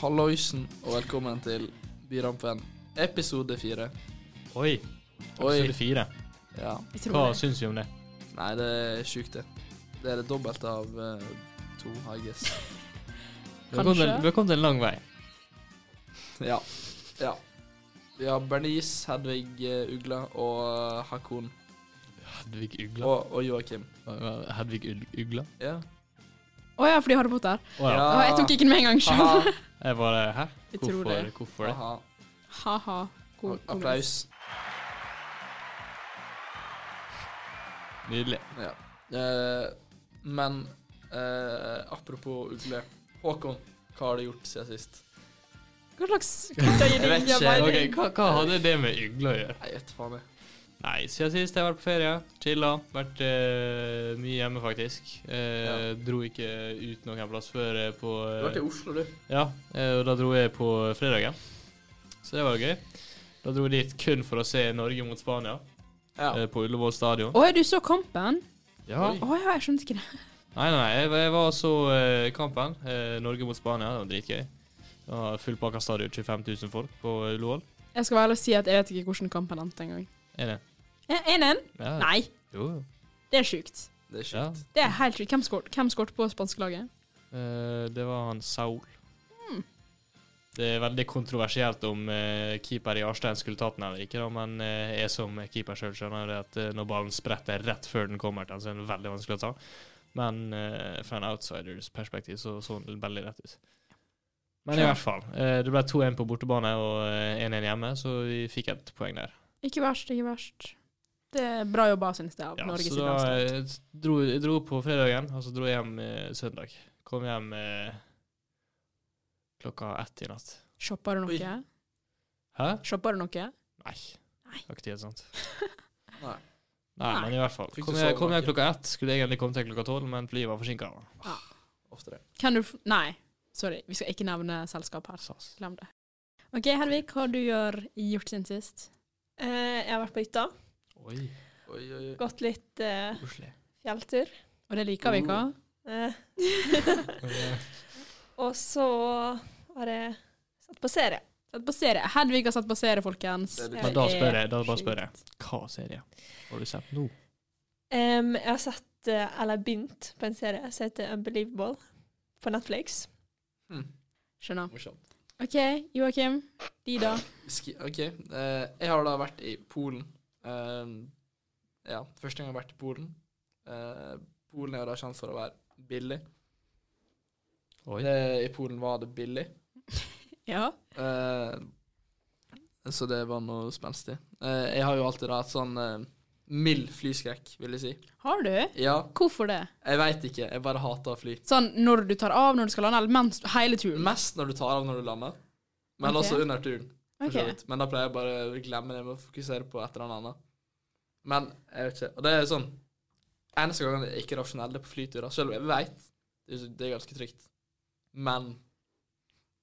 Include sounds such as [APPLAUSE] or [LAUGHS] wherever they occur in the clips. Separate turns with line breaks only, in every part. Halloisen, og velkommen til Byrampen, episode fire.
Oi.
Oi.
Episode fire.
Ja.
Jeg
Hva
tror det.
syns vi om det?
Nei, det er sjukt, det. Det er det dobbelte av eh, to, I
[LAUGHS]
guess.
Vi har kommet
Kanskje.
en- vi har kommet en lang vei.
Ja. ja. Vi har Bernice, Hedvig eh, Ugla og eh, Hakon.
Hedvig Ugla.
Og, og Joakim.
Hedvig Ul- Ugla.
Ja.
Å ja, fordi Harry Potter.
Å ja.
Å, jeg tok ikke den med en gang sjøl.
Haha.
Jeg bare Hæ?
Jeg tror
Hvorfor,
det.
hvorfor det?
Haha.
[LAUGHS] Ha-ha. God- god
Applaus.
Nydelig.
Ja. Eh, men eh, apropos ugle. Håkon, hva har du gjort siden sist?
lys. Hva slags kutter
[LAUGHS]
gir
Jeg vet ikke.
Ok, hva, hva hadde det med ugla å gjøre?
Nei, vet faen jeg.
Nei, siden sist jeg har vært på ferie. Chilla. Vært eh, mye hjemme, faktisk. Eh, Dro ikke ut noen plass før eh, på
Du har vært i Oslo, du.
Ja, eh, og da dro jeg på fredagen. Så det var jo gøy. Da dro jeg dit kun for å se Norge mot Spania,
Ja.
eh, på Ullevål stadion.
Å, du så kampen?
Ja.
Oi.
Å ja, jeg skjønte ikke det.
Nei, nei, nei, jeg, jeg var så eh, kampen. Eh, Norge mot Spania, det var dritgøy. Det var Fullpakka stadion, 25 000 folk på eh, Ullevål.
Jeg skal være ærlig og si at jeg vet ikke hvordan kampen endte engang.
Er det?
1-1?
Ja.
Nei,
Jo, jo.
det er sjukt.
Det er
Ja.
sjukt.
Det er helt sjukt. Hvem skåret hvem skåret på spanskelaget?
Eh, det var han Saul. Det er veldig kontroversielt om eh, keeper i Arstein skulle tatt den eller ikke, da, men eh, jeg som keeper sjøl skjønner det at eh, når ballen spretter rett før den kommer til den, så er den veldig vanskelig å ta. Men eh, fra en outsiders perspektiv så så den veldig rett ut. Men i hvert fall. eh, det ble 2-1 på bortebane og eh, 1-1 hjemme, så vi fikk et poeng der.
Ikke verst, ikke verst. Det er bra jobba, synes jeg, av
Ja,
Norge
så
sitt
da
landslag.
eh, dro, jeg dro på fredagen, og så dro jeg hjem eh, søndag. Kom hjem eh, klokka ett i natt.
Shopper du noe?
Oi.
Hæ?
Shopper du noe?
Nei.
Nei.
Det var ikke tid, sant?
Nei.
Nei,
Nei.
men i hvert fall.
Fikk du
Kom jeg,
sove
kom jeg
nakken?
klokka ett, skulle egentlig komme til klokka tolv, men flyet var forsinka.
Oftere.
Kan du f... Nei, sorry. Vi skal ikke nevne selskap her.
SAS.
Glem det. OK, Hedvig, hva har du gjør, gjort siden sist?
Eh, jeg har vært på hytta.
Oi,
Oi, oi, oi.
Gått litt eh,
koselig.
fjelltur.
Og det liker vi ikke.
Mm.
[LAUGHS] Eh, og så har jeg satt på serie.
Sett på serie. Hedvig har sett på serie, folkens.
Det er
Men
litt-
da
Det er
spør jeg, da bare
sjukt.
spør jeg, hva serie har du sett nå?
Em, jeg har sett, eh, eller begynt på en serie som heter Unbelievable på Netflix.
Hm,
Mm.
Skjønner.
morsomt.
OK, Joakim. De, da?
Ski- OK. eh, jeg har da vært i Polen. Eh, ja, første gang jeg har vært i Polen. Eh, Polen er jo da kjent for å være billig.
Oi.
Det- I Polen var det billig.
Ja.
Eh, så det var noe spenstig. Eh, jeg har jo alltid da et sånn eh, mild flyskrekk, vil jeg si.
Har du?
Ja,
Hvorfor det?
jeg veit ikke. Jeg bare hater å fly.
Sånn når du tar av, når du skal lande, eller mens hele turen?
Mest når du tar av når du lander, men
Ok.
også under turen. for så
Ok.
vidt. Men da pleier jeg bare å glemme det med å fokusere på et eller annet. Men jeg vet ikke. Og det er sånn Eneste gangen det er ikke rasjonell, det er på flyturer. Selv om jeg veit det er så- det er ganske trygt. Men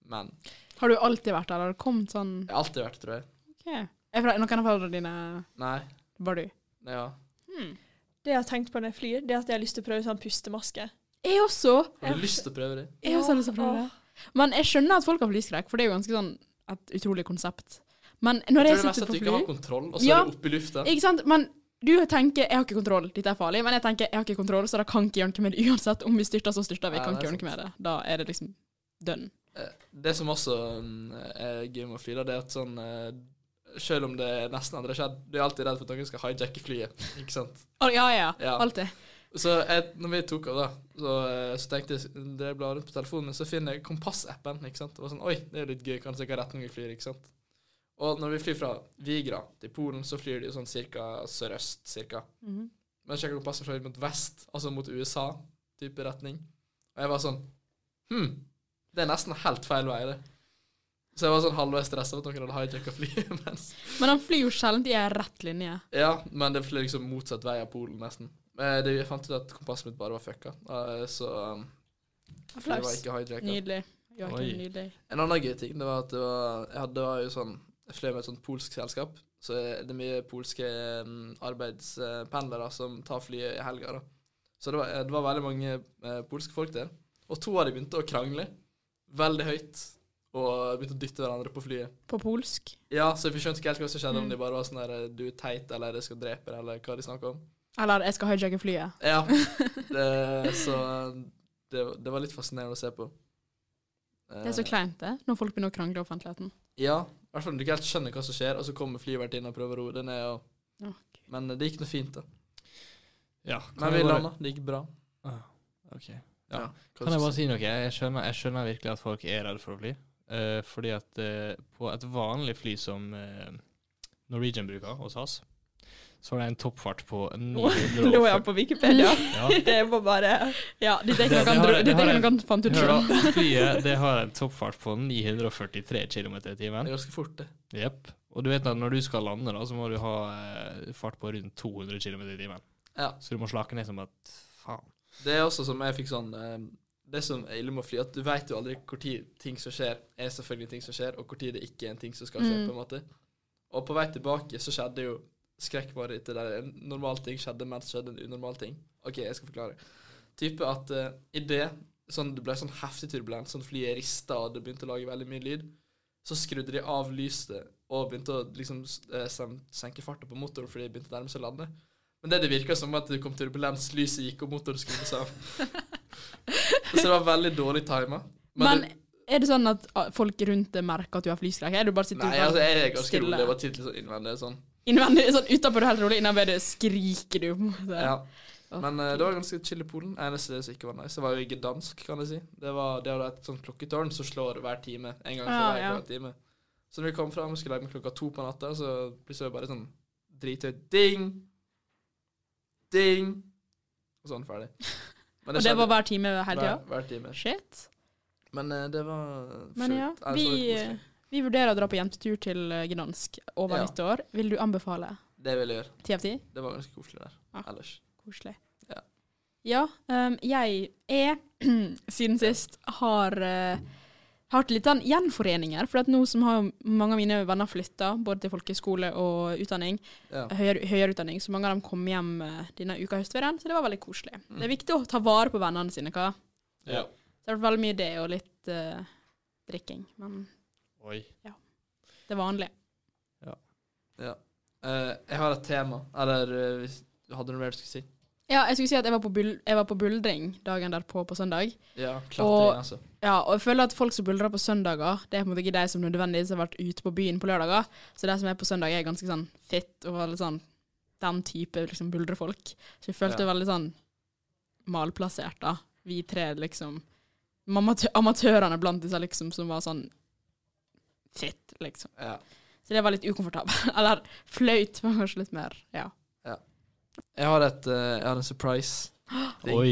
Men.
Har du alltid vært der? Har det kommet sånn
Jeg har alltid vært det, tror jeg.
OK. Er fra, noen av foreldrene dine
Nei.
Var du?
Ja.
Hmm.
Hmm. Det jeg har tenkt på når jeg flyr, det er at jeg har lyst til å prøve sånn pustemaske.
Jeg også.
Har du lyst til å prøve det?
Jeg også har lyst til å prøve det. Men jeg skjønner at folk har flyskrekk, for det er jo ganske sånn et utrolig konsept. Men når
Jeg
jeg,
tror det meste
sitter
at du
på
ikke
fly
har kontroll, og så
Ja.
er det oppe i lufta.
Ikke sant? Men du tenker 'jeg har ikke kontroll, dette er farlig', men jeg tenker 'jeg har ikke kontroll', så da kan ikke gjøre noe med det uansett. Om vi styrter, så styrter vi.
Ja,
kan
det er
ikke gjøre noe med det. Da er det liksom done.
Det som også mm, er gøy med å fly, da, det er at sånn eh, Selv om det nesten aldri har skjedd, du er alltid redd for at noen skal hijacke flyet. Ikke sant?
Å, ja, ja, ja.
Ja.
Alltid.
Så jeg, når vi tok av, da, så, eh, så tenkte jeg da jeg blar rundt på telefonen, min, så finner jeg kompassappen. ikke sant? Det var sånn, Oi, det er jo litt gøy, kanskje hvilken retning vi flyr. ikke sant? Og når vi flyr fra Vigra til Polen, så flyr de jo sånn cirka sørøst. cirka.
Mhm.
Men sjekker kompasset fløy mot vest, altså mot USA, type retning. Og jeg var sånn Hm, det er nesten helt feil vei, det. Så jeg var sånn halvveis stressa for at noen hadde hijacka flyet. [LAUGHS] mens...
Men han flyr jo sjelden i en rett linje.
Ja, men det flyr liksom motsatt vei av Polen, nesten. Eh, det, jeg fant ut at kompasset mitt bare var fucka, eh, så um, det var
Flaks.
ikke hijacka.
Nydelig. Joakim,
Oi.
nydelig.
En annen gøy ting det var at det var, jeg hadde det var jo sånn Jeg fløy med et sånt polsk selskap. Så det er mye polske mm, arbeidspendlere som tar flyet i helga. da. Så det var, eh, det var veldig mange eh, polske folk der. Og to av de begynte å krangle veldig høyt og begynte å dytte hverandre på flyet.
På polsk.
Ja, så vi skjønte ikke helt hva som skjedde,
Mm.
om de bare var sånn der eh, Du er teit, eller jeg skal drepe deg, eller hva de snakka om.
Eller 'jeg skal hijacke flyet'.
Ja. Det, så det, det var litt fascinerende å se på. Eh,
Det er så kleint, det, når folk begynner å krangle i offentligheten.
Ja. I hvert fall når du ikke helt skjønner hva som skjer, og så kommer flyvertinnen og prøver å roe det ned. Og,
Å,
men eh, det gikk noe fint, da.
Ja, kan
Men
jeg
vi
bare-
landa. Det gikk bra.
Ah, ok. Ja.
hva
Kan jeg
skal
bare si noe? Jeg skjønner, jeg skjønner virkelig at folk er redde for å fly. Eh, fordi at eh, på et vanlig fly som eh, Norwegian bruker hos oss, så var det en toppfart på
Nå er han
940
på Wikipedia.
Mm.
ja.
Det var bare
Ja, dette er
Det- det
ikke noe
har
han-
jeg-
dette er
det har
ikke
jeg-
noe han fant ut
Hør
sjøl.
da, flyet det har en toppfart på 943 km i
Det
timen.
er ganske fort, det.
Jep. Og du vet at når du skal lande, da, så må du ha eh, fart på rundt 200 km i timen.
Ja.
Så du må slake ned som at faen.
Det er også som jeg fikk sånn eh, Det som er ille med å fly, at du vet jo aldri når ting som skjer, er selvfølgelig ting som skjer, og når det ikke er en ting som skal skje,
Mm.
på en måte. Og på vei tilbake så skjedde jo skrekkmarerittet der en normal ting skjedde, men så skjedde en unormal ting. OK, jeg skal forklare. Type at eh, i det sånn, det ble sånn heftig turbulent, sånn flyet rista, og det begynte å lage veldig mye lyd, så skrudde de av lyset og begynte å liksom s- eh, sen- senke farten på motoren fordi de begynte å nærme seg landet. Men det det virka som at det kom turbulens, lyset gikk, og motoren skrudde seg av.
[LAUGHS]
Så det var veldig dårlig tima.
Men
det,
er det sånn at ah, folk rundt deg merker at du har flyskrekk? Er du bare sitter
nei, altså, jeg er ganske
stille.
rolig. Det var tidlig sånn innvendig. Sånn.
innvendig, sånn utenpå du er helt rolig, innenved du skriker du på en måte?
Ja.
Å,
Men eh, det var ganske chill i Polen. Eneste som ikke var nice, det var jo gdansk, kan jeg si. Det var det var et sånt klokketårn som slår hver time. En gang for
Ja,
hver,
Ah, ja.
hver time. Så når vi kom fram og skulle legge meg klokka to på natta, så plutselig var det bare sånn drithøyt ding, ding, og sånn
[LAUGHS]
ferdig. Men
Og det var
skjedde
hver time hele tida?
hver, hver time.
Shit.
Men eh, det var
Men
sjukt.
ja,
Jeg så
vi, eh,
det koselig.
vi vurderer å dra på jentetur til eh, Gdansk over
Ja.
nyttår. Vil du anbefale?
Det vil jeg gjøre.
Ti av ti?
Det var ganske koselig der.
Ja.
Ellers.
Koselig.
Ja.
Ja, ehm, jeg er [CLEARS THROAT] siden sist har eh, hatt litt sånn gjenforeninger. For at nå som har mange av mine venner flytta, både til folkeskole og utdanning,
Ja.
høyere, høyere utdanning, så mange av dem kom hjem eh, denne uka høstferien, så det var veldig koselig. Det
Mm.
er viktig å ta vare på vennene sine, hva?
Ja.
Så det har vært veldig mye det og litt eh, drikking, men
Oi.
det vanlige.
Eh, jeg har et tema. Eller eh, hvis du hadde noe mer du skulle si?
Ja, jeg skulle si at jeg var på, bul jeg var på buldring dagen derpå på søndag.
Ja, klatring, altså.
Ja, og jeg føler at folk som buldrer på søndager, det er på en måte ikke de som nødvendigvis har vært ute på byen på lørdager. Så de som er på søndag, er ganske sånn fit og veldig sånn den type liksom buldrefolk. Så jeg følte
Ja.
det veldig sånn malplassert, da. Vi tre liksom amatø Amatørene blant disse liksom som var sånn fit, liksom.
Ja.
Så det var litt ukomfortabelt. [LAUGHS] Eller flaut, var kanskje litt mer. Ja.
Jeg har, et, eh, jeg har en surprise. Ding.
Oi.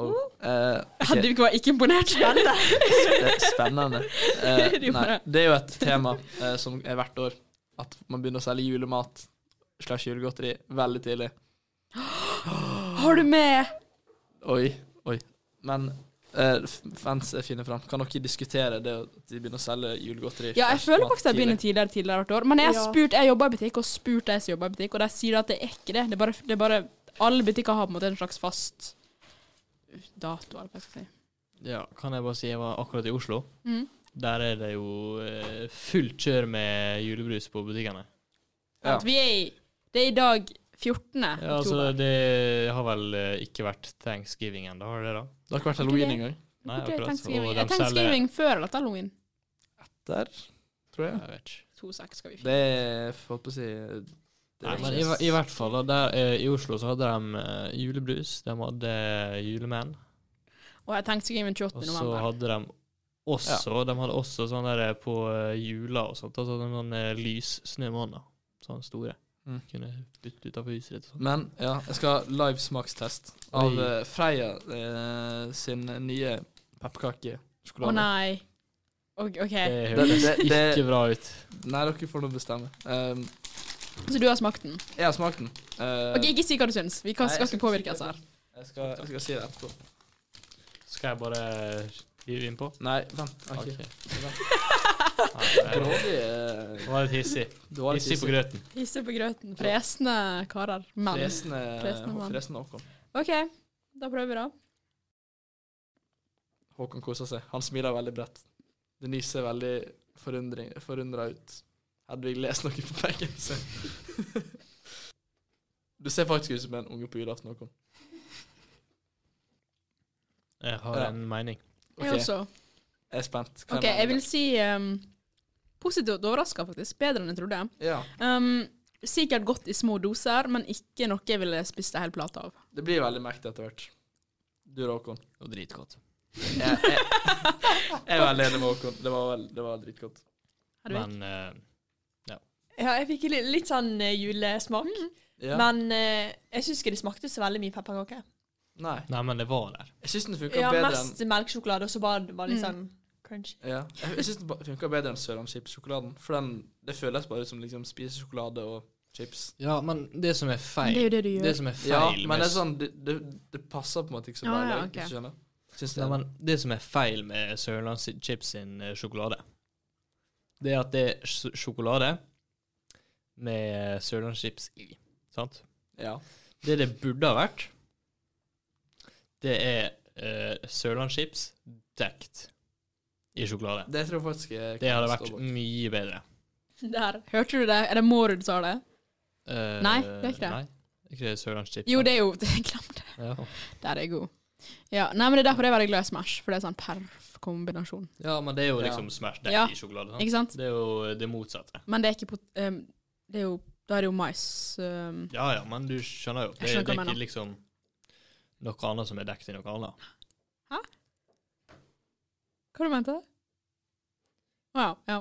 Og, eh, ok,
Hadde vi ikke vært ikke imponert. [GASPS]
det er
[LAUGHS]
spennende. Eh,
Du
nei,
bare-
det er jo et tema eh, som er hvert år. At man begynner å selge julemat slash julegodteri veldig tidlig.
Har du med
Oi, oi. Men eh, f- mens jeg finner fram, kan dere diskutere det at de begynner å selge julegodteri?
Ja, jeg
slash
føler
mat
faktisk at jeg begynner
tidlig?
tidligere tidligere hvert år. Men jeg har
Ja.
spurt, jeg jobber i butikk, og spurt de som jobber i butikk, og de sier at det er ikke det. Det er bare, det er bare Alle butikker har på en måte en slags fast dato, eller hva skal jeg si.
Ja, kan jeg bare si jeg var akkurat i Oslo.
Mm.
Der er det jo eh, fullt kjør med julebrus på butikkene.
Ja.
At vi er i Det er i dag 14.
Ja,
oktober.
altså, det har vel eh, ikke vært thanksgiving ennå, har det det da?
Det har ikke vært halloween engang.
Nei,
Hvor er
akkurat.
Thanksgiving?
Og de
Er Thanksgiving før eller etter halloween?
Der, tror jeg.
Jeg vet ikke.
To seks skal vi ikke.
Det er Holdt på å si det
Nei,
er
men i,
ikke-
hver- i hvert fall, da, der, eh, i Oslo så hadde de eh, julebrus, de hadde julemenn,
Og jeg tenkte ikke 28.
og så
november.
hadde de også, de hadde også sånn der eh, på eh, jula og sånt, altså sånne lyssnømåner, sånne store.
Mm.
Kunne bytte utenfor huset ditt og sånt.
Men ja, jeg skal ha live smakstest av
Oi.
eh, Freia eh, sin nye
Å
pepperkakesjokolade.
nei. Ok, ok.
Det
Det-
høres
det- det-
ikke bra ut.
Nei, dere får nå bestemme. Um,
Så du har smakt den?
jeg har smakt den. Eh,
Ok, Ikke si hva du syns. Vi kan,
Nei,
skal
jeg skal
ikke
ikke si
påvirkes
hva
her.
jeg, skal, jeg skal si det etterpå.
Skal jeg bare hive innpå?
Nei, vent.
[LAUGHS] Ok.
Okay.
Nei,
Grådig, eh,
Det var litt hissig.
Du var litt
Hissig på
hissig.
grøten.
Hisse på grøten. Fresne karer. Menn.
Fresende
Fresende mann.
fresende Håkon.
OK, da prøver vi, da.
Håkon koser seg. Han smiler veldig bredt. Denise ser veldig forundra ut. Hedvig leser noe på veggen sin. [LAUGHS] Du ser faktisk ut som en unge på julaften, Håkon.
Jeg har
Ja.
en mening.
Jeg
Ok,
også.
jeg er spent. Hva
OK,
mener
jeg
du?
vil si um, positivt overraska, faktisk. Bedre enn jeg trodde.
Ja,
Um, sikkert godt i små doser, men ikke noe jeg ville spist ei hel plate av.
det blir veldig mektig etter hvert. Du da, Håkon.
Og dritgodt.
Jeg, jeg, jeg er veldig enig med Håkon. Det var, vel- det var dritgodt.
Hedvig?
Men eh,
[LAUGHS] Ja, jeg fikk litt, litt sånn eh, julesmak.
Mm. Ja.
Men eh, jeg syns ikke det smakte så veldig mye pepperkake.
Nei.
Nei, men det var der.
Jeg syns den funka
Ja,
bedre enn
mest melkesjokolade, og så bare det var litt sånn crunchy.
ja. Jeg jeg synes den ba- funker bedre enn Sørlandschips-sjokoladen. For den, det føles bare ut som liksom spise sjokolade og chips.
Ja, men det som er feil
Det er jo det du gjør.
Det som er feil
Ja, men
med,
det er sånn Det, det, det passer på en måte ikke så
Ja,
bra
ja,
i dag.
ok.
hvis du skjønner? Syns
Nei,
jeg.
men det som er feil med Sørlandschips sin eh, sjokolade, det er at det er sj- sjokolade med Sørlandschips i. Sant?
Ja.
Det det burde ha vært, det er eh, Sørlandschips dekt i sjokolade.
Det tror jeg faktisk jeg
Det
kan
hadde
stå
vært
bak.
mye bedre.
Der. Hørte du det? Er det Mårud sa det?
Eh,
Nei, det er ikke det.
Nei, ikke det Sørlandschips.
Jo, det er jo [LAUGHS] Glem det.
Ja.
Der er jeg god. Ja, nei, men Det er derfor jeg er veldig glad i Smash, for det er sånn perf kombinasjon.
ja, men det er jo
Ja.
liksom Smash dekt
Ja,
i sjokolade. Sant?
Ikke sant?
Det er jo eh, det motsatte.
Men det er ikke pot... ehm, det er jo, da er det jo mais. ehm,
Ja ja, men du skjønner jo.
Jeg
Det, det
skjønner hva
er
du
ikke
mener.
liksom noe annet som er dekt i noe annet.
hva du mente du? Å ja. ja.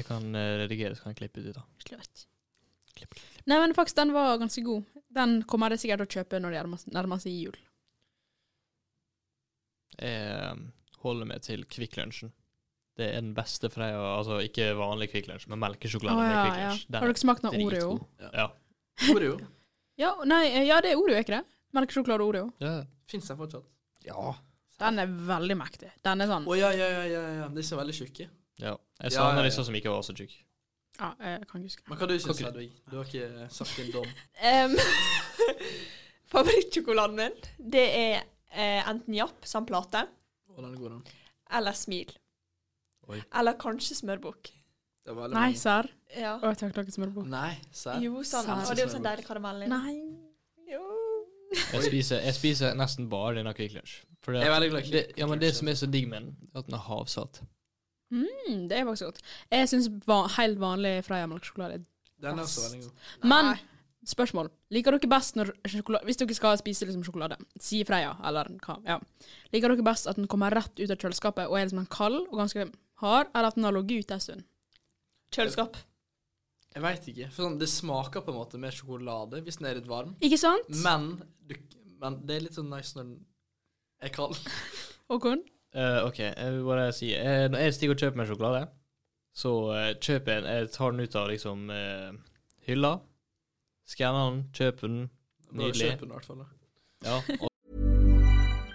Jeg kan eh, redigere, så kan jeg klippe ut det. da.
Slørt.
Klipp, klipp.
Nei, men faktisk, den var ganske god. Den kommer jeg sikkert til å kjøpe når det nærmer- nærmer seg jul.
Jeg eh, holder meg til Kvikk Lunsjen. Det er den beste Freia Altså ikke vanlig Kvikk Lunsj, men melkesjokolade
Å,
med
ja,
Kvikk
ja.
Lunsj. Den
Har
er
dere smakt noe
dritgod.
Oreo?
Ja.
Oreo.
Ja, nei, eh, ja, det er Oreo, er ikke det? Melkesjokolade og Oreo.
ja.
Fins den fortsatt?
Ja.
Den er veldig mektig. Den er
Å
sånn
ja, ja, ja, ja, ja. Disse er veldig tjukke.
ja. Jeg
Ja, ja,
savner
ja.
disse som ikke var så tjukke.
Ja, eh, jeg kan ikke huske.
Men hva du syns
Ok.
du, Hedvig? Du har ikke eh, sagt din dom.
[LAUGHS] Um, Favorittsjokoladen min, det er eh, enten Japp som plate,
Å, den er god, den.
eller Smil.
Oi.
Eller kanskje Smørbukk.
Det er veldig
Nei,
mange.
serr.
Ja.
Å, jeg takler ikke smørbrød.
Nei, serr?
Jo, sånn.
Sær.
Og det er jo sånn deilig karamell i.
Nei.
Jo.
Jeg spiser, jeg spiser nesten bare denne Kvikk Lunsj. For det,
Jeg er veldig glad i
det,
Kvikk
ja, men det
Lunsj.
som er så digg med den, er at den er havsalt.
Mm, det er faktisk godt. Jeg syns va helt vanlig Freia melkesjokolade er
Den er også veldig god.
Men spørsmål. Liker dere best når sjokolade Hvis dere skal spise liksom sjokolade, si Freia eller hva, ja. Liker dere best at den kommer rett ut av kjøleskapet og er liksom en kald og ganske hard, eller at den har ligget ute en stund?
Kjøleskap.
Jeg veit ikke. For sånn, det smaker på en måte mer sjokolade hvis den er litt varm.
Ikke sant?
Men, du, men det er litt sånn nice når den er kald.
Håkon?
Eh, ok, jeg vil bare si eh, Når jeg stiger og kjøper meg sjokolade, så eh, kjøper jeg en Jeg tar den ut av liksom eh, hylla, skanner den, kjøper den.
Bare
Nydelig.
kjøp den, i hvert fall. da.
Ja, [LAUGHS] og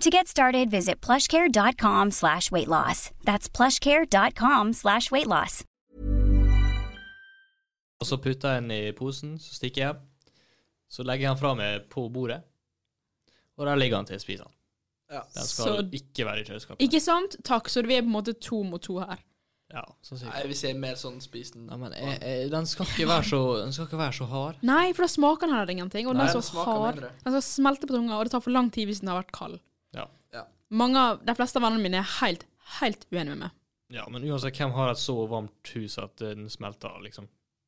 To get started, visit plushcare.com slash weight loss. That's plushcare.com slash weight loss.
Og så putter jeg den i posen, så stikker jeg hjem. Så legger jeg den fra meg på bordet, og der ligger han til jeg spiser den.
Ja.
Den skal
Så-
ikke være i kjøleskapet.
Ikke sant? Takk, så vi er på en måte to mot to her.
Ja, så sikkert.
Nei, hvis jeg er mer sånn spisen
Nei, men jeg, jeg, den, skal ikke være så, den skal ikke være så hard.
Nei, for da smaker den her ingenting. Og den
Nei,
er
den
så
smaker
hard.
mindre.
Den skal smelte på tunga, og det tar for lang tid hvis den har vært kald.
Ja.
Ja.
Mange av, De fleste av vennene mine er helt, helt uenige med meg.
ja, men uansett, hvem har et så varmt hus at eh, den smelter, liksom?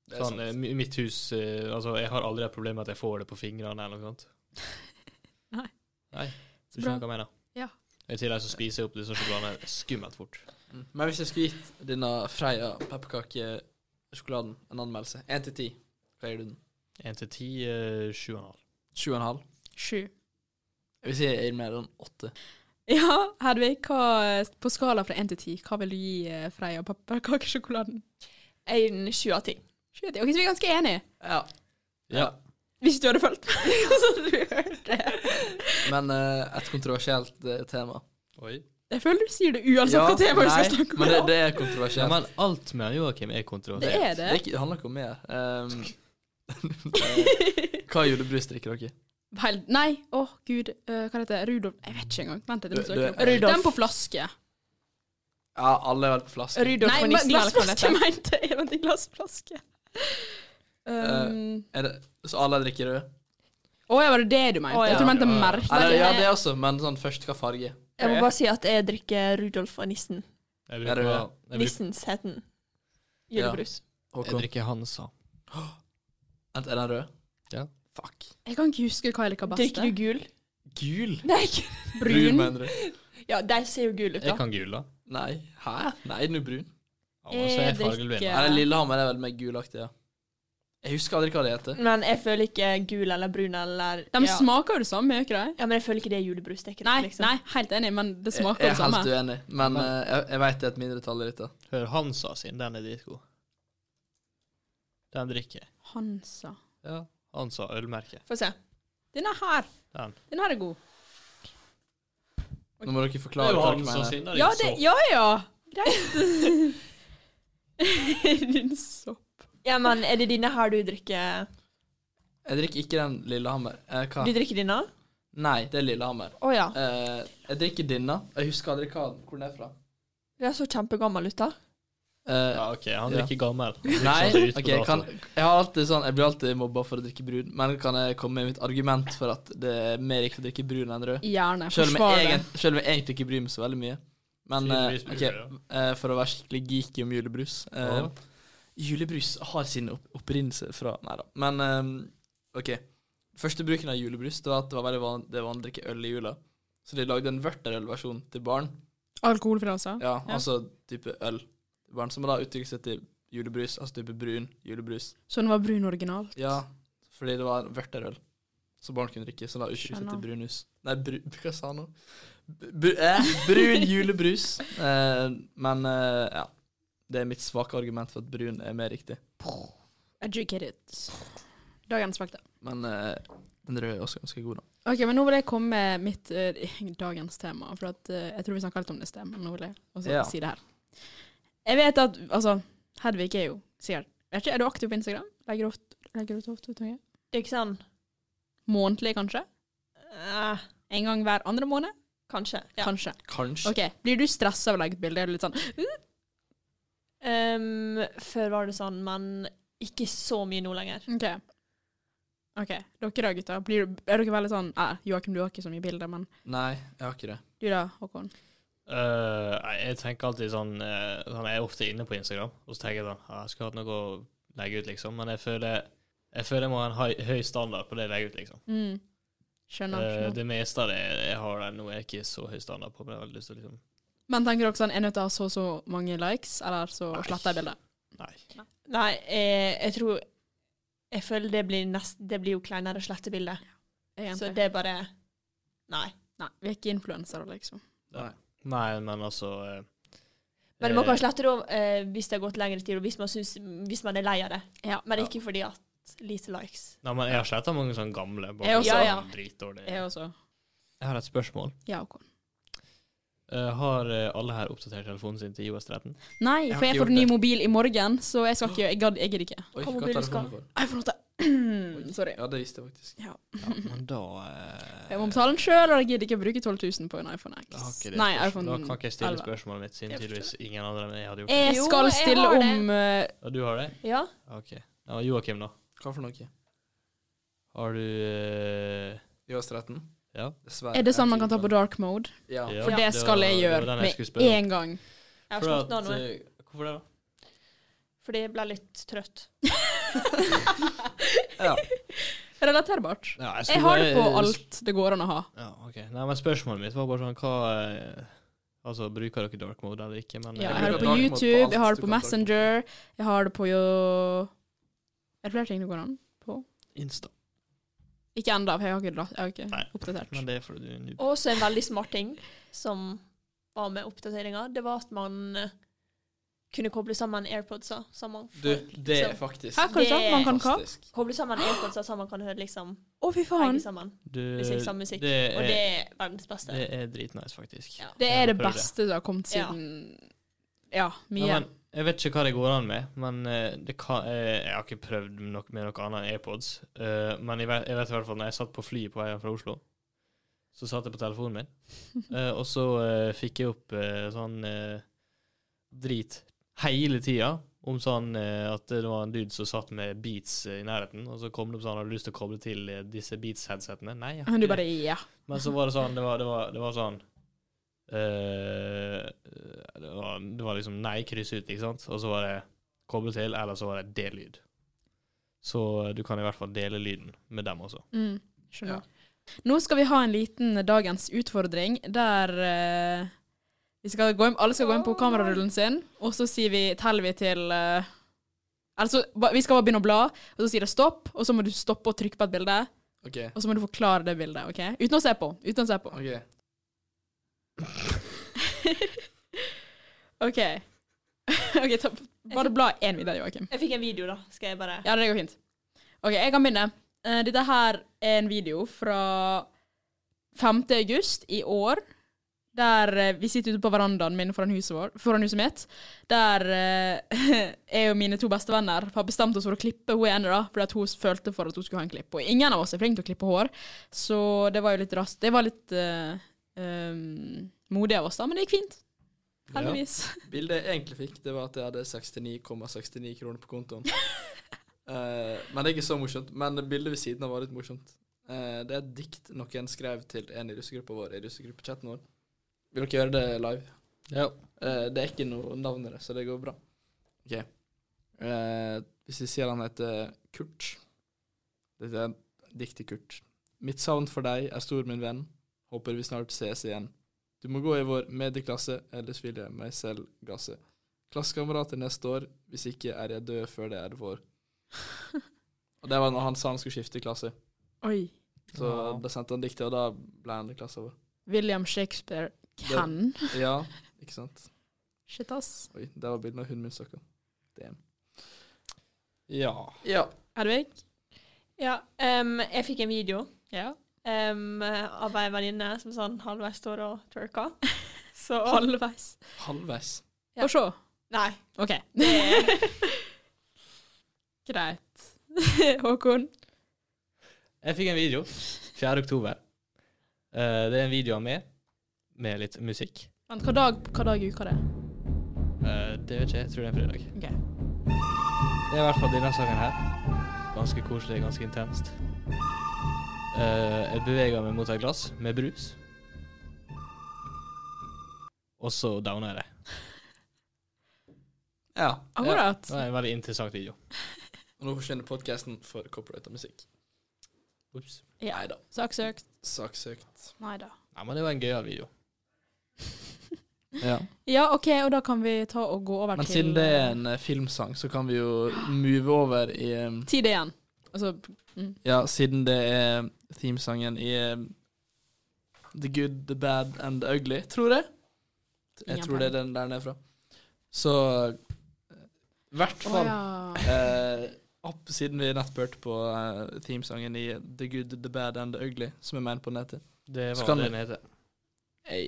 Det er
Sånn,
sant.
eh, mi- mitt hus eh, Altså, jeg har aldri et problem med at jeg får det på fingrene eller noe sånt.
Nei.
[LAUGHS] Nei, du
Så bra.
skjønner hva jeg mener.
Ja.
I tillegg så spiser jeg opp disse sjokoladene skummelt fort.
Mm. Men hvis jeg skulle gitt denne Freia pepperkakesjokoladen en anmeldelse, 1 til 10, hva gir du den?
Én til ti, eh, sju og en halv.
7,5?
Sju.
Jeg vil si jeg gir mer enn 8.
[LAUGHS] Ja, Hedvig, hva, på skala fra én til ti, hva vil du gi eh, Freia pepperkakesjokoladen?
Jeg gir den sju av ti.
Sju av ti. Ok, så vi er ganske enige.
Ja.
Ja.
Hvis du hadde fulgt
[LAUGHS]
med. så hadde du hørt det.
Men eh, et kontroversielt eh, tema.
Oi.
Jeg føler du sier det uansett hva
nei,
temaet vi skal snakke om.
men det, det er
Ja,
kontroversielt.
men alt med Joakim er
Det
kontroversielt.
er
det,
det.
er ikke, det handler ikke om mer. Um, eh, [LAUGHS] hva julebrus drikker dere?
Vel, nei, å gud, eh, hva heter det? Rudolf Jeg vet ikke engang. Vent litt, jeg
Du-
må søke
du-
opp.
Rudolf.
Den på flaske.
Ja, alle er vel på flaske.
Rudolf
nei,
og
men
nissen. eller hva
glassflaske
den heter.
mente jeg. Vent, glassflaske.
Eh.
Um,
Er det, så alle drikker rød?
Å ja, var det det du mente?
Å, ja.
Jeg tror du mente
Ja, ja.
merke.
Eller, ja,
Jeg-
det også, men sånn først hva farge.
Jeg må bare si at jeg drikker Rudolf og nissen.
Jeg
Er det
bruker,
det?
jeg bruker,
Nissens heter den. Julebrus.
jeg
Håkon.
drikker Hansa.
Vent, er den rød?
Ja.
Fuck.
Jeg kan ikke huske hva jeg liker best.
Drikker du gul?
Gul?
Nei,
Brun.
mener du?
ja, de ser jo gule ut,
Jeg
da.
kan gul, da.
Nei. Hæ? Nei, den er brun.
Ja, men så er jeg
Jeg
fargeblind.
drikker-
Ja. Nei, Lillehammer er vel mer gulaktig, ja. Jeg husker aldri hva det
Mm,
heter.
Men jeg føler ikke gul eller brun eller
De
ja.
smaker jo det samme, gjør ikke de?
ja, men jeg føler ikke det er julebrus. Det er ikke det,
Nei,
liksom.
nei, helt enig, men det
Jeg,
smaker
jeg
det
er
samme.
helt uenig, men eh, jeg, jeg veit det er et mindretall i dette.
Hør, Hansa sin, den er dritgod. Den drikker jeg.
Hansa.
Ja. Hansa ølmerke.
Få se.
Denne her.
Den.
Den her er god.
Nå må dere forklare hva dere mener.
sin,
Ja,
liksom.
det, ja, ja. Greit. [LAUGHS] Din sopp.
Ja, men er det dine her du drikker
Jeg drikker ikke den Lillehammer. Eh, hva?
Du drikker dine?
Nei, det er Lillehammer.
Å ja.
Eh, jeg drikker denne. Jeg husker aldri hva, hvor den er fra.
Du er så kjempegammel ut, da.
Eh,
Ja, ok, han
Ja.
drikker gammel.
Nei,
Liksom, så ut på
ok, jeg, kan,
dato.
jeg, har alltid sånn, jeg blir alltid mobba for å drikke brun, men kan jeg komme med mitt argument for at det er mer riktig å drikke brun enn rød?
Gjerne.
Selv om
Forsvar
jeg,
det.
egent- selv om jeg egentlig ikke bryr meg så veldig mye. Men eh,
Tydeligvis bryr
ok,
du deg,
eh, for å være skikkelig geeky om julebrus eh,
Ja.
Julebrus har sin opp opprinnelse fra Nei da. Men eh, OK. Første bruken av julebrus det var at det var veldig van det var vanlig å drikke øl i jula. Så de lagde en vørterølversjon til barn.
Alkoholfri, altså?
Ja, altså type øl. Barn som da uttrykker seg til julebrus, altså type brun julebrus.
Så den var brun original?
Ja, fordi det var vørterøl som barn kunne drikke. Så da uttrykte seg til
Skjønner.
brunus. Nei, bru, [LAUGHS] hva sa han nå? Bru, eh, brun julebrus. Eh, men eh, ja. Det er mitt svake argument for at brun er mer riktig.
Educated. Dagens fakta.
Men eh, den røde er også ganske god, da.
Ok, men Nå vil jeg komme med mitt eh, [LAUGHS] dagens tema. For at, eh, Jeg tror vi snakka litt om det i sted, men nå vil jeg også
Ja.
si det her. Jeg vet at altså, Hedvig er jo sikkert vet ikke, Er du aktiv på Instagram? Legger du ofte, legger du ut ofte ut noe?
Det er ikke sånn
Månedlig, kanskje?
eh,
En gang hver andre måned?
Kanskje. Ja.
Kanskje.
Kanskje.
Ok, Blir du stressa av å legge ut bilde? Er du Litt sånn
Ehm, før var det sånn, men ikke så mye nå lenger.
OK. Ok, Dere da, gutter? Blir, du- er dere veldig sånn eh, Joakim, du har ikke så mye bilder, men
Nei, jeg har ikke det.
du da, Håkon?
Eh, nei, jeg tenker alltid sånn, eh, sånn Jeg er ofte inne på Instagram, og så tenker jeg sånn ja, Jeg skulle hatt noe å legge ut, liksom. Men jeg føler jeg føler jeg må ha en høy, høy standard på det jeg legger ut, liksom.
Mm. Skjønner.
Eh,
skjønner.
det meste av det jeg har der nå, er ikke så høy standard på, men jeg har veldig lyst til å liksom
Men tenker dere sånn, er nødt til å ha så og så mange likes, eller så
Nei.
sletter jeg bildet?
Nei.
Nei, jeg, jeg tror Jeg føler det blir, nest, det blir jo kleinere slettebilde. Så
Egentlig.
det er bare Nei.
Nei, vi er ikke influensere, liksom.
Nei, men altså eh,
Men man
eh,
kan slette det eh, hvis det har gått lengre tid, og hvis man, syns, hvis man er lei av det.
Ja.
Men ikke fordi at lite likes.
Nei, men jeg har sletta mange sånne gamle. Bare
Jeg
fordi
også.
de er
Ja, ja.
dritdårlige.
Jeg også.
Jeg har et spørsmål.
Ja, ok.
Eh, har eh, alle her oppdatert telefonen sin til IOS 13?
Nei,
Jeg har
for jeg
ikke
får
gjort
ny
det.
mobil i morgen, så jeg skal ikke Jeg gadd, jeg gidder ikke.
Oi,
Hva
hva
mobil
tar
skal-
telefonen for?
iPhone 8. [CLEARS THROAT] Sorry.
Ja, det visste jeg faktisk.
Ja.
Ja, men da eh,
Jeg må betale den sjøl, og jeg gidder ikke å bruke 12 000 på en iPhone
da har
X.
ikke det
Nei,
spørsmål-
iPhone
Da
Eh.
kan ikke jeg stille
11.
spørsmålet mitt, siden
Jeg forstår
tydeligvis ingen andre enn jeg hadde gjort det.
Jeg
Jo,
skal
jeg
stille
har det.
om eh,
Og du har det?
Ja.
OK. Ja, Joakim, da.
Hva for noe?
Har du eh,
IOS 13?
Ja.
Dessverre.
Er det sånn man kan ta på dark mode?
Ja.
Ja,
For det skal
var- det
jeg
var
gjøre
den jeg skulle
med
spørre om.
en gang.
Jeg har
For
slått
at,
ned noe
eh, Hvorfor det, da?
fordi jeg ble litt trøtt.
Ja.
Relaterbart.
Ja,
Jeg
skulle
har det på
bare-
alt det går an å ha.
Ja, ok. Nei, men spørsmålet mitt var bare sånn hva eh, Altså, bruker dere dark mode eller ikke? Men eh,
Ja,
Jeg
jeg har
bruker
det på
dark mode på
YouTube,
alt
jeg har det
du
på
kan dark mode.
Messenger, jeg har det på jo Er det flere ting det går an?
Insta.
Ikke ennå, for jeg har ikke, la- jeg har
Nei,
ikke oppdatert.
Men det er fordi du er noob.
Også en veldig smart ting som var med oppdateringa, det var at man eh, kunne koble sammen AirPodser. Så man
Du,
får-
det er
liksom,
faktisk
Hæ, hva du sa
Det er
Man kan hva?
fantastisk.
Koble sammen AirPodser så man kan høre liksom
Å, fy faen.
begge sammen.
Du,
Musikk sammen musikk.
Det
Og det
er,
er verdens beste.
det er dritnice, faktisk.
Ja.
Det
Jeg
er det
prøver det.
beste som har kommet
Ja.
siden Ja, mye.
Ja, men, jeg vet ikke hva det går an med, men eh, det kan, eh, jeg har ikke prøvd nok med noe annet enn AirPods. eh, men jeg vet, jeg vet i hvert fall når jeg satt på flyet på vei fra Oslo, så satt jeg på telefonen
[LAUGHS]
min, eh, og så eh, fikk jeg opp eh, sånn eh, drit hele tida om sånn eh, at det var en dude som satt med beats eh, i nærheten, og så kom det opp sånn han hadde lyst til å koble til eh, disse beats-headsetene. Nei, jeg har
Men du
ikke det.
bare ja.
Men så var det sånn Det var, det var, det var sånn eh, det, var, det var liksom nei, kryss ut, ikke sant? Og så var det koble til, eller så var det del-lyd. Så du kan i hvert fall dele lyden med dem også.
Mm, skjønner. Nå skal vi ha en liten dagens utfordring der eh, vi skal gå inn, alle skal gå inn på kamerarullen sin, og så sier vi, teller vi til eh, Altså, ba- Vi skal bare begynne å bla, og så sier det stopp, og så må du stoppe og trykke på et bilde.
OK.
Og så må du forklare det bildet, OK? Uten å se på. Uten å se på.
ok.
OK. [LAUGHS] ok, ta, Bare bla én videre, Joakim.
Jeg fikk en video, da. Skal jeg bare
Ja, det går fint. OK, jeg kan begynne. Eh, dette her er en video fra 5. august i år. Der eh, vi sitter ute på verandaen min foran huset, vår, foran huset mitt. Der eh, [LAUGHS] jeg og mine to bestevenner har bestemt oss for å klippe hun ene, da, fordi at hun følte for at hun skulle ha en klipp. Og ingen av oss er flink til å klippe hår, så det var jo litt raskt. Det var litt eh, ehm, modig av oss, da, men det gikk fint. Heldigvis.
Bildet jeg egentlig fikk, det var at jeg hadde 69,69 kroner på kontoen. Eh, men det er ikke så morsomt. Men bildet ved siden av var litt morsomt. Eh, det er et dikt noen skrev til en i russegruppa vår, i russegruppechatten vår. Vil dere gjøre det live?
Ja.
Eh, det er ikke noe navn i det, så det går bra. OK. Eh, hvis vi sier han heter Kurt Dette er et dikt til Kurt. Mitt savn for deg er stor, min venn. Håper vi snart ses igjen. Du må gå i vår medieklasse, ellers vil jeg meg selv gasse. Klassekamerater neste år, hvis ikke er jeg død før det er vår. Og det var når han sa han skulle skifte klasse.
[LAUGHS] Oi.
Så
Ja.
da sendte han diktet, og da ble han i klassen vår.
William Shakespeare can.
Ja, ikke sant?
Shit, ass.
Oi, der var bildet av hunden min stakk av. Damn.
ja.
Ja.
Hedvig?
Ja, ehm, jeg fikk en video
Ja.
ehm, av ei venninne som sånn halvveis står og [LAUGHS] twerker. Så
Halvveis.
Halvveis.
Få
Ja.
se.
Nei.
OK.
Det,
Greit. [LAUGHS] Håkon?
Jeg fikk en video 4. oktober. Eh, det er en video av meg med litt musikk.
Vent, hva dag, hva dag i uka det er?
Eh, det vet ikke jeg. Jeg tror det er en fredag.
Ok.
Det er i hvert fall denne sangen her. Ganske koselig, ganske intenst. Eh, jeg beveger meg mot et glass med brus. Og så downer jeg det.
Ja.
Akkurat.
Det var en veldig interessant video.
Og nå forsvinner podkasten for copyright av musikk.
Ups.
Ja.
Nei da.
Saksøkt?
Saksøkt.
Nei da.
Nei, men det var en gøyal video.
Ja.
Ja, OK, og da kan vi ta og gå over
Men
til
siden det er en eh, filmsang, så kan vi jo move over i eh,
Tid igjen. Altså
Ja, siden det er themesangen i eh, um, The Good, The Bad and The Ugly, tror jeg. Jeg
Ingen
tror det er den der nede fra. Så eh, i hvert
Å
fall
ja.
Eh, opp, siden vi nettopp hørte på eh, themesangen i The Good, The Bad and The Ugly, som er ment på nettet,
Det
Så
var
kan
det
du-
den heter.
[LAUGHS]
Ei.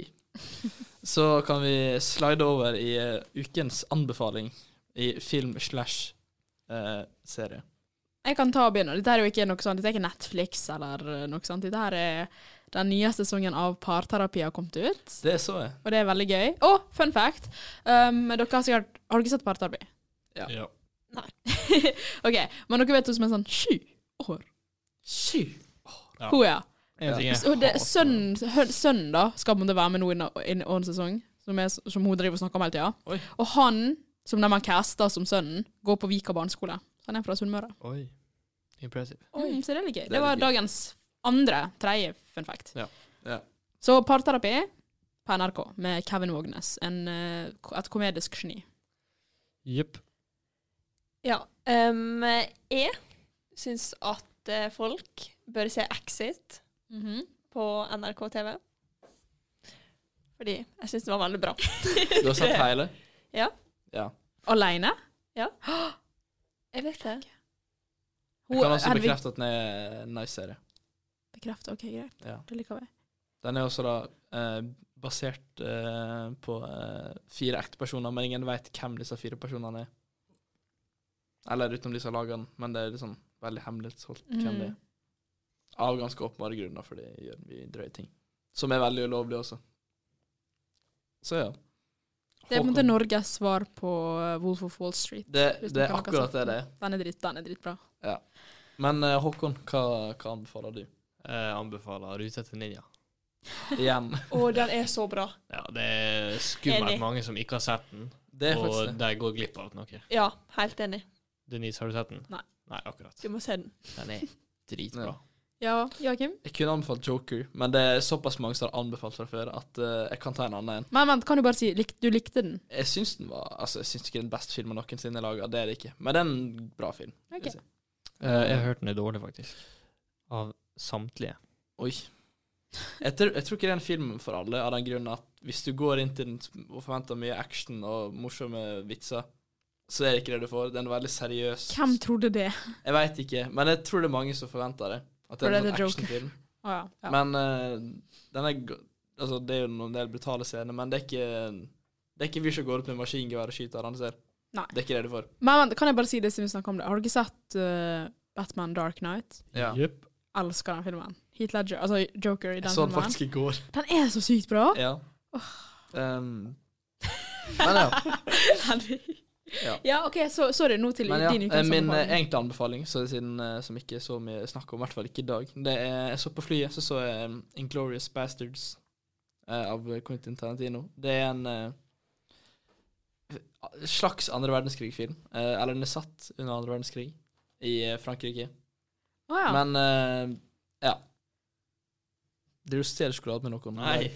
så kan vi slide over i eh, ukens anbefaling i film slash eh, serie.
Jeg kan ta og begynne. Dette er jo ikke noe sånt, dette er ikke Netflix eller eh, noe sånt. Dette her er den nye sesongen av Parterapi har kommet ut,
Det så jeg.
og det er veldig gøy. Å, fun fact! Um, dere har sikkert Har dere sett Parterapi?
Ja.
Ja.
OK, men dere vet hun som er sånn sju år?
Sju!
Ja.
Hun, ja.
En ting
Ja.
jeg
Så det,
hater-
sønnen, hø- sønnen da skal på en måte være med nå innen innen årens sesong, som, er, som hun driver og snakker om hele
Oi.
tida. Og han, som de har casta som sønnen, går på Vika barneskole. Han er fra Sunnmøre.
Oi. Impressive.
Mm, så det er litt gøy.
Det
Det,
er
var
litt gøy.
dagens andre, tredje fun fact.
Ja.
Ja.
Så parterapi på NRK med Kevin Vågnes, en, eh, ko- et komedisk geni.
Jepp.
Ja. ehm, jeg syns at eh, folk bør se Exit
Mhm.
på NRK TV. Fordi jeg syns det var veldig bra.
Du har sett hele?
Ja.
ja.
Aleine?
Jeg vet det.
Jeg kan også bekrefte at den er en nice serie.
Bekrefte, ok, greit.
Ja.
Det liker vi.
Den er også da eh, basert eh, på eh, fire ektepersoner, men ingen veit hvem disse fire personene er. Eller utenom disse lagene, men det er liksom veldig hemmelighetsholdt hvem det er.
Mm.
Av ganske åpenbare grunner, fordi gjør vi drøye ting. Som er veldig ulovlig også. Så ja.
Det er på en måte
Håkon.
Norges svar på eh, Wolf of Wall Street.
det,
hvis
det
man
er
kan kalle
akkurat det det er.
Den er, dritt, den er dritbra.
Men eh, Håkon, hva, hva anbefaler du?
Jeg Eh, anbefaler Rute til ninja.
Igjen.
Å, den er så bra.
Ja, det er skummelt
Enig.
mange som ikke har sett den,
Det er
og
faktisk det.
de går glipp av noe.
Ja, helt enig.
Denise, har du sett den?
Nei.
Nei, akkurat.
Du må se den.
Den er dritbra.
Ja.
Ja, Joakim?
Jeg kunne anbefalt Joker, men det er såpass mange som har anbefalt fra før at eh, jeg kan ta en annen en.
Men vent, kan du bare si lik, du likte den?
Jeg syns den var Altså, jeg syns ikke den beste filmen noensinne er laga, det er det ikke. Men det er en bra film. vil jeg
Ok.
si.
Eh, jeg har hørt den er dårlig, faktisk. Av samtlige.
Oi. Jeg tror, jeg tror ikke det er en film for alle, av den grunn at hvis du går inn til den og forventer mye action og morsomme vitser, så er det ikke det du får. Den er veldig seriøs.
Hvem trodde det?
Jeg veit ikke, men jeg tror det er mange som forventer det. At det
For
er en
det er
sånn
The
actionfilm.
Å ja. ja.
Men eh, den er go- Altså, det er jo noen del brutale scener, men det er ikke Det er ikke vi som går ut med maskingevær og skyter hverandre.
Nei.
Det er ikke det du får.
Men vent, kan jeg bare si det siden vi snakker om det? Har dere sett eh, Batman Dark Knight?
Ja.
Jepp.
Elsker den filmen. Heath Ledger, altså Joker i den
Jeg så den
filmen.
faktisk i går.
Den er så sykt bra!
Ja. Um, men
[LAUGHS]
ja. Ja.
ja, OK, så, sorry, nå til
Men ja,
din
eh,
ukens
min eh,
anbefaling.
egentlige anbefaling, så siden, eh, som ikke er så mye snakk om, i hvert fall ikke i dag det er, Jeg så på flyet, så så jeg um, 'Inglorious Bastards' eh, av Quentin Tarantino. Det er en eh, slags andre verdenskrig-film. Eh, eller den er satt under andre verdenskrig i eh, Frankrike.
Å ja.
Men eh, ja. Det er jo stedet skulle hatt med noen.
Nei.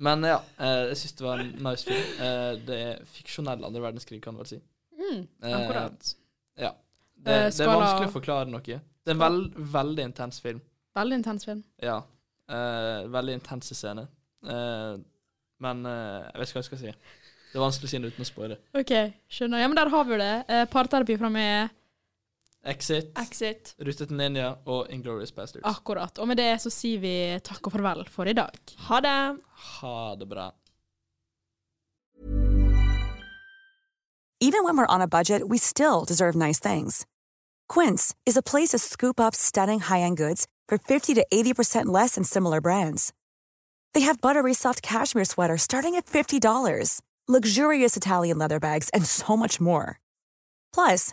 Men ja, eh, jeg syns det var en nice film. Eh, det er fiksjonell andre verdenskrig, kan du vel si.
mm,
eh,
akkurat.
Det,
Eh,
det er
skala-
vanskelig å forklare noe. Det er en veld, veldig intens film.
Veldig intens film.
Ja. Eh, veldig intense scener. Eh, men eh, jeg vet ikke hva jeg skal si. Det er vanskelig å si det uten å spoile.
OK, skjønner. Ja, men der har vi det. Eh, Parterapi fra meg.
Exit,
Exit.
Rute til Ninja og Inglorious Bastards.
Akkurat. Og med det så sier vi takk og farvel for i dag.
Ha det.
Ha det bra.
Even when we're on a budget, we still deserve nice things. Quince is a place to scoop up stunning high end goods for 50 to 80% less than similar brands. They have buttery soft cashmere sweaters starting at $50, luxurious Italian leather bags, and so much more. Plus,